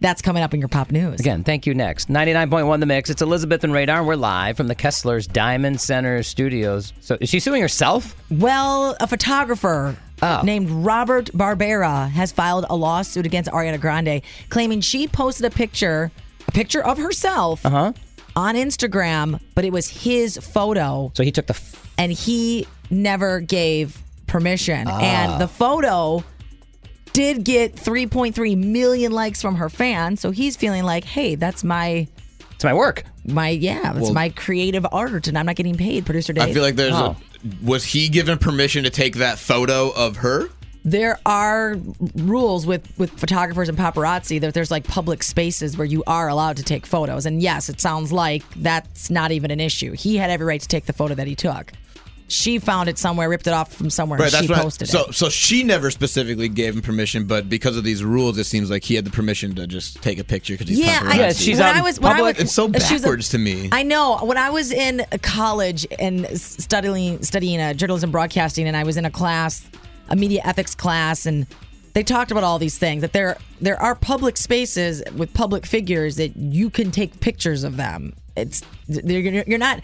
That's coming up in your pop news. Again, thank you next. 99.1 The Mix. It's Elizabeth and Radar. We're live from the Kessler's Diamond Center Studios. So is she suing herself? Well, a photographer Oh. named Robert Barbera has filed a lawsuit against Ariana Grande, claiming she posted a picture, a picture of herself on Instagram, but it was his photo. So he took the... F- and he never gave permission. Ah. And the photo did get 3.3 million likes from her fans, so he's feeling like, "Hey, that's my it's my work. my yeah, that's Well- my creative art, and I'm not getting paid." Producer Dave, I feel like there's Oh. a, was he given permission to take that photo of her? there are rules with with photographers and paparazzi that there's like public spaces where you are allowed to take photos, and yes, it sounds like that's not even an issue. He had every right to take the photo that he took. She found it somewhere, ripped it off from somewhere, and she what I- posted so it. so she never specifically gave him permission, but because of these rules, it seems like he had the permission to just take a picture because he's Yeah, I, paparazzi. Yeah, she's when out I in was, when I public. was- It's so she was a- backwards to me. I know. When I was in college and studying studying uh, journalism broadcasting, and I was in a class, a media ethics class, and they talked about all these things that there there are public spaces with public figures that you can take pictures of them. It's they're, you're you're not.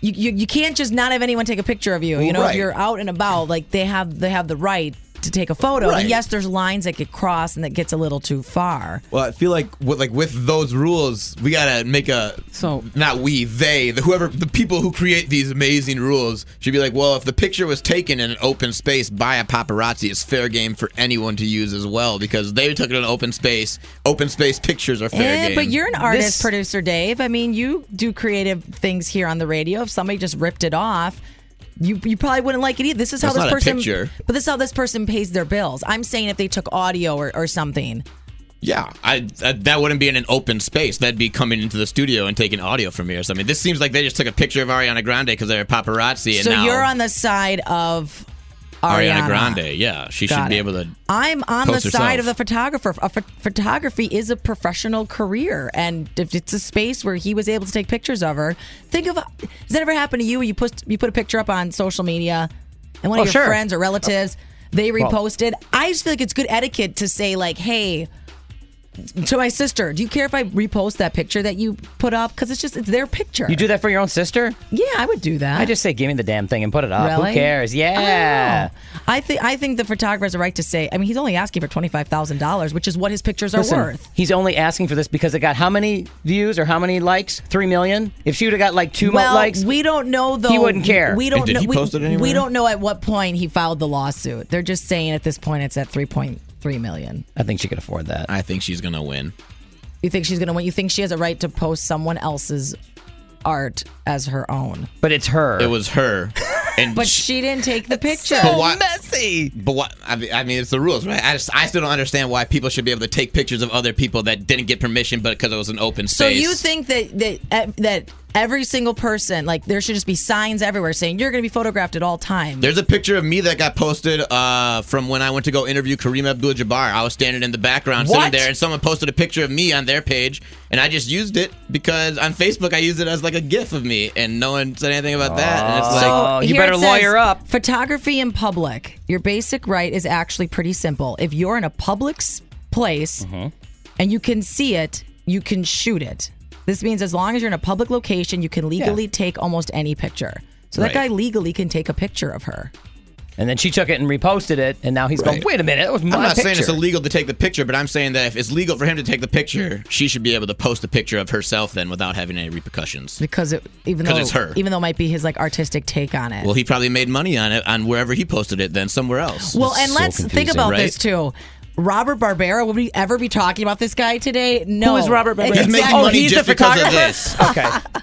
You, you, you can't just not have anyone take a picture of you. You know, if Right. you're out and about, like they have they have the right to take a photo. Right. And yes, there's lines that get crossed and that gets a little too far. Well, I feel like with like with those rules, we gotta make a So- not we they the whoever the people who create these amazing rules should be like, well, if the picture was taken in an open space by a paparazzi, it's fair game for anyone to use as well because they took it in an open space. Open space pictures are fair Eh, game. But you're an artist, This- producer Dave. I mean, you do creative things here on the radio. If somebody just ripped it off, you you probably wouldn't like it either. This is how That's this not a person. picture. But this is how this person pays their bills. I'm saying if they took audio or, or something. yeah, I, I that wouldn't be in an open space. That'd be coming into the studio and taking audio from me or something. This seems like they just took a picture of Ariana Grande because they're a paparazzi. And so now you're on the side of Ariana, Ariana, Grande. Yeah, she should Got it. be Uh, able to I'm on the Post side herself. of the photographer. A ph- photography is a professional career, and if it's a space where he was able to take pictures of her, think of has that ever happened to you? Where you put you put a picture up on social media, and one Oh, of your sure. friends or relatives they reposted. I just feel like it's good etiquette to say like, "Hey." To my sister, do you care if I repost that picture that you put up? Because it's just it's their picture. You do that for your own sister? yeah, I would do that. I just say, give me the damn thing and put it up. Really? Uh, Who cares? Yeah. I think I think the photographer has a right to say. I mean, he's only asking for twenty five thousand dollars, which is what his pictures are Listen, worth. he's only asking for this because it got how many views or how many likes? Three million? If she would have got like two mo- Well, likes, we don't know though. wouldn't care. We don't And did know. he we, post it we anywhere? don't know at what point he filed the lawsuit. They're just saying at this point it's at three point three million. I think she could afford that. I think she's gonna win. You think she's gonna win? You think she has a right to post someone else's art as her own? But it's her. It was her, and But sh- she didn't take the picture. But why- messy. But what? I mean, I mean, it's the rules, right? I just, I still don't understand why people should be able to take pictures of other people that didn't get permission, but because it was an open So space. you think that that eh, that every single person like there should just be signs everywhere saying you're gonna be photographed at all times? There's a picture of me that got posted uh, from when I went to go interview Kareem Abdul-Jabbar. I was standing in the background, What? sitting there, and someone posted a picture of me on their page, and I just used it because on Facebook I used it as like a GIF of me, and no one said anything about that. And it's like, Oh, you here better it says, lawyer up. Photography in public. Your basic right is actually pretty simple. If you're in a public s- place Mm-hmm. and you can see it, you can shoot it. This means as long as you're in a public location, you can legally take almost any picture. So that guy Right. legally can take a picture of her. And then she took it and reposted it, and now he's going, Right. wait a minute, that was my I'm not picture. saying it's illegal to take the picture, but I'm saying that if it's legal for him to take the picture, she should be able to post a picture of herself then without having any repercussions. Because it even 'Cause though it's her. even though it might be his like artistic take on it. Well, he probably made money on it on wherever he posted it, then somewhere else. Well, It's and so let's think confusing, about right? this too. Robert Barbera, would we ever be talking about this guy today? No. Who is Robert Barbera? He's making Exactly. Oh, money he's just the because of photographer? this. okay.